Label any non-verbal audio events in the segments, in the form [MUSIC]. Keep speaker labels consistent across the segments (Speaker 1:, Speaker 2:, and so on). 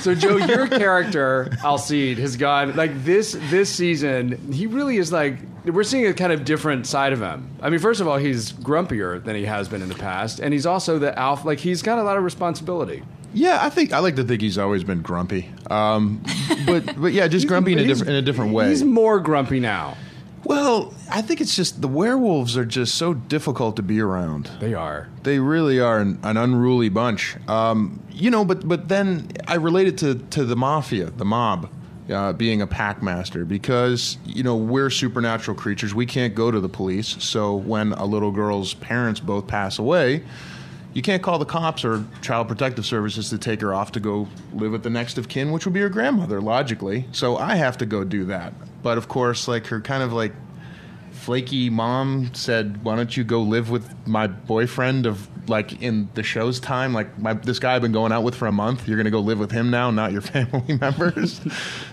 Speaker 1: So Joe, your character Alcide has gone like this. This season, he really is like we're seeing a kind of different side of him. I mean, first of all, he's grumpier than he has been in the past, and he's also the alpha. Like he's got a lot of responsibility.
Speaker 2: Yeah, I think I like to think he's always been grumpy, um, but but yeah, just grumpy in a
Speaker 1: He's-
Speaker 2: different in a different way.
Speaker 1: He's more grumpy now.
Speaker 2: Well, I think it's just the werewolves are just so difficult to be around.
Speaker 1: They are.
Speaker 2: They really are an, an unruly bunch. Um, you know, but but then I related to to the mafia, the mob. Uh, being a pack master because you know we're supernatural creatures we can't go to the police so when a little girl's parents both pass away you can't call the cops or child protective services to take her off to go live with the next of kin which would be her grandmother logically so i have to go do that but of course like her kind of like flaky mom said, "Why don't you go live with my boyfriend of like in the show's time? Like my, this guy I've been going out with for a month. You're gonna go live with him now, not your [LAUGHS] family members."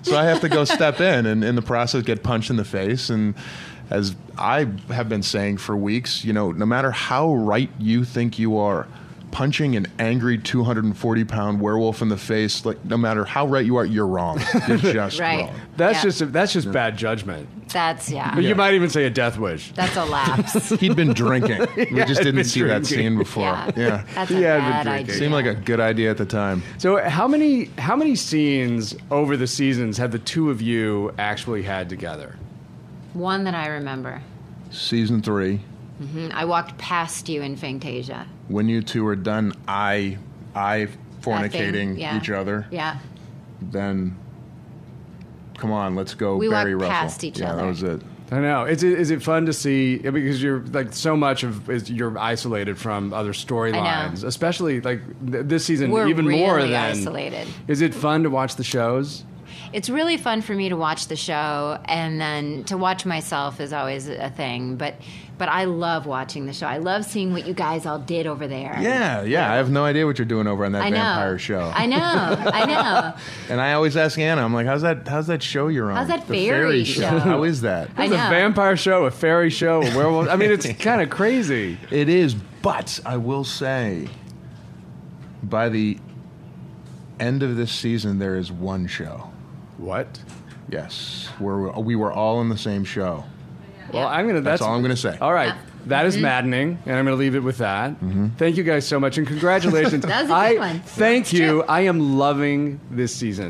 Speaker 2: so I have to go step in, and in the process, get punched in the face. And as I have been saying for weeks, you know, no matter how right you think you are. Punching an angry 240 pound werewolf in the face, like no matter how right you are, you're wrong. You're just
Speaker 3: Right.
Speaker 2: wrong.
Speaker 1: That's
Speaker 3: Yeah.
Speaker 1: just that's just bad judgment.
Speaker 3: That's yeah.
Speaker 1: But you might even say a death wish.
Speaker 3: That's
Speaker 2: [LAUGHS]
Speaker 3: a lapse.
Speaker 2: He'd been drinking. We just
Speaker 1: he'd been
Speaker 2: didn't see that
Speaker 1: drinking.
Speaker 2: scene before.
Speaker 3: yeah.
Speaker 2: yeah.
Speaker 3: That's a
Speaker 1: He had been
Speaker 3: bad
Speaker 1: drinking.
Speaker 3: idea.
Speaker 2: Seemed like a good idea at the time.
Speaker 1: So how many how many scenes over the seasons have the two of you actually had together?
Speaker 3: one that I remember.
Speaker 2: Season three,
Speaker 3: Mm, I walked past you in Fantasia.
Speaker 2: when you two are done, I, I
Speaker 3: That thing,
Speaker 2: fornicating
Speaker 3: yeah.
Speaker 2: each other.
Speaker 3: Yeah.
Speaker 2: Then, come on, let's go.
Speaker 3: We
Speaker 2: Barry
Speaker 3: walked
Speaker 2: Russell.
Speaker 3: past each
Speaker 2: yeah,
Speaker 3: other.
Speaker 2: that was it.
Speaker 1: I know. Is it, is it fun to see because you're like so much of is you're isolated from other storylines, especially like th- this season
Speaker 3: We're
Speaker 1: even
Speaker 3: really
Speaker 1: more than
Speaker 3: isolated.
Speaker 1: Is it fun to watch the shows?
Speaker 3: It's really fun for me to watch the show and then to watch myself is always a thing, but but I love watching the show. I love seeing what you guys all did over there.
Speaker 2: Yeah, yeah. I have no idea what you're doing over on that
Speaker 3: I know.
Speaker 2: vampire show.
Speaker 3: I know.
Speaker 2: [LAUGHS]
Speaker 3: I know.
Speaker 2: and I always ask Anna, I'm like, how's that? How's that show you're on?
Speaker 3: How's that
Speaker 2: the
Speaker 3: fairy
Speaker 2: [LAUGHS]
Speaker 3: show?
Speaker 2: How is that?
Speaker 3: I
Speaker 1: It's a
Speaker 3: know.
Speaker 1: vampire show, a fairy show, a werewolf. I mean,
Speaker 3: [LAUGHS]
Speaker 1: it's kind of crazy.
Speaker 2: It is, but I will say, by the end of this season, there is one show.
Speaker 1: What?
Speaker 2: Yes, we're, we were all in the same show.
Speaker 1: Well, I'm gonna. That's,
Speaker 2: That's, all I'm going to say.
Speaker 1: All right. That is
Speaker 3: Mm-hmm.
Speaker 1: maddening, and I'm going to leave it with that.
Speaker 3: [LAUGHS]
Speaker 1: Thank you guys so much, and congratulations.
Speaker 3: That was a
Speaker 1: I,
Speaker 3: good one.
Speaker 1: Thank you. I am loving this season.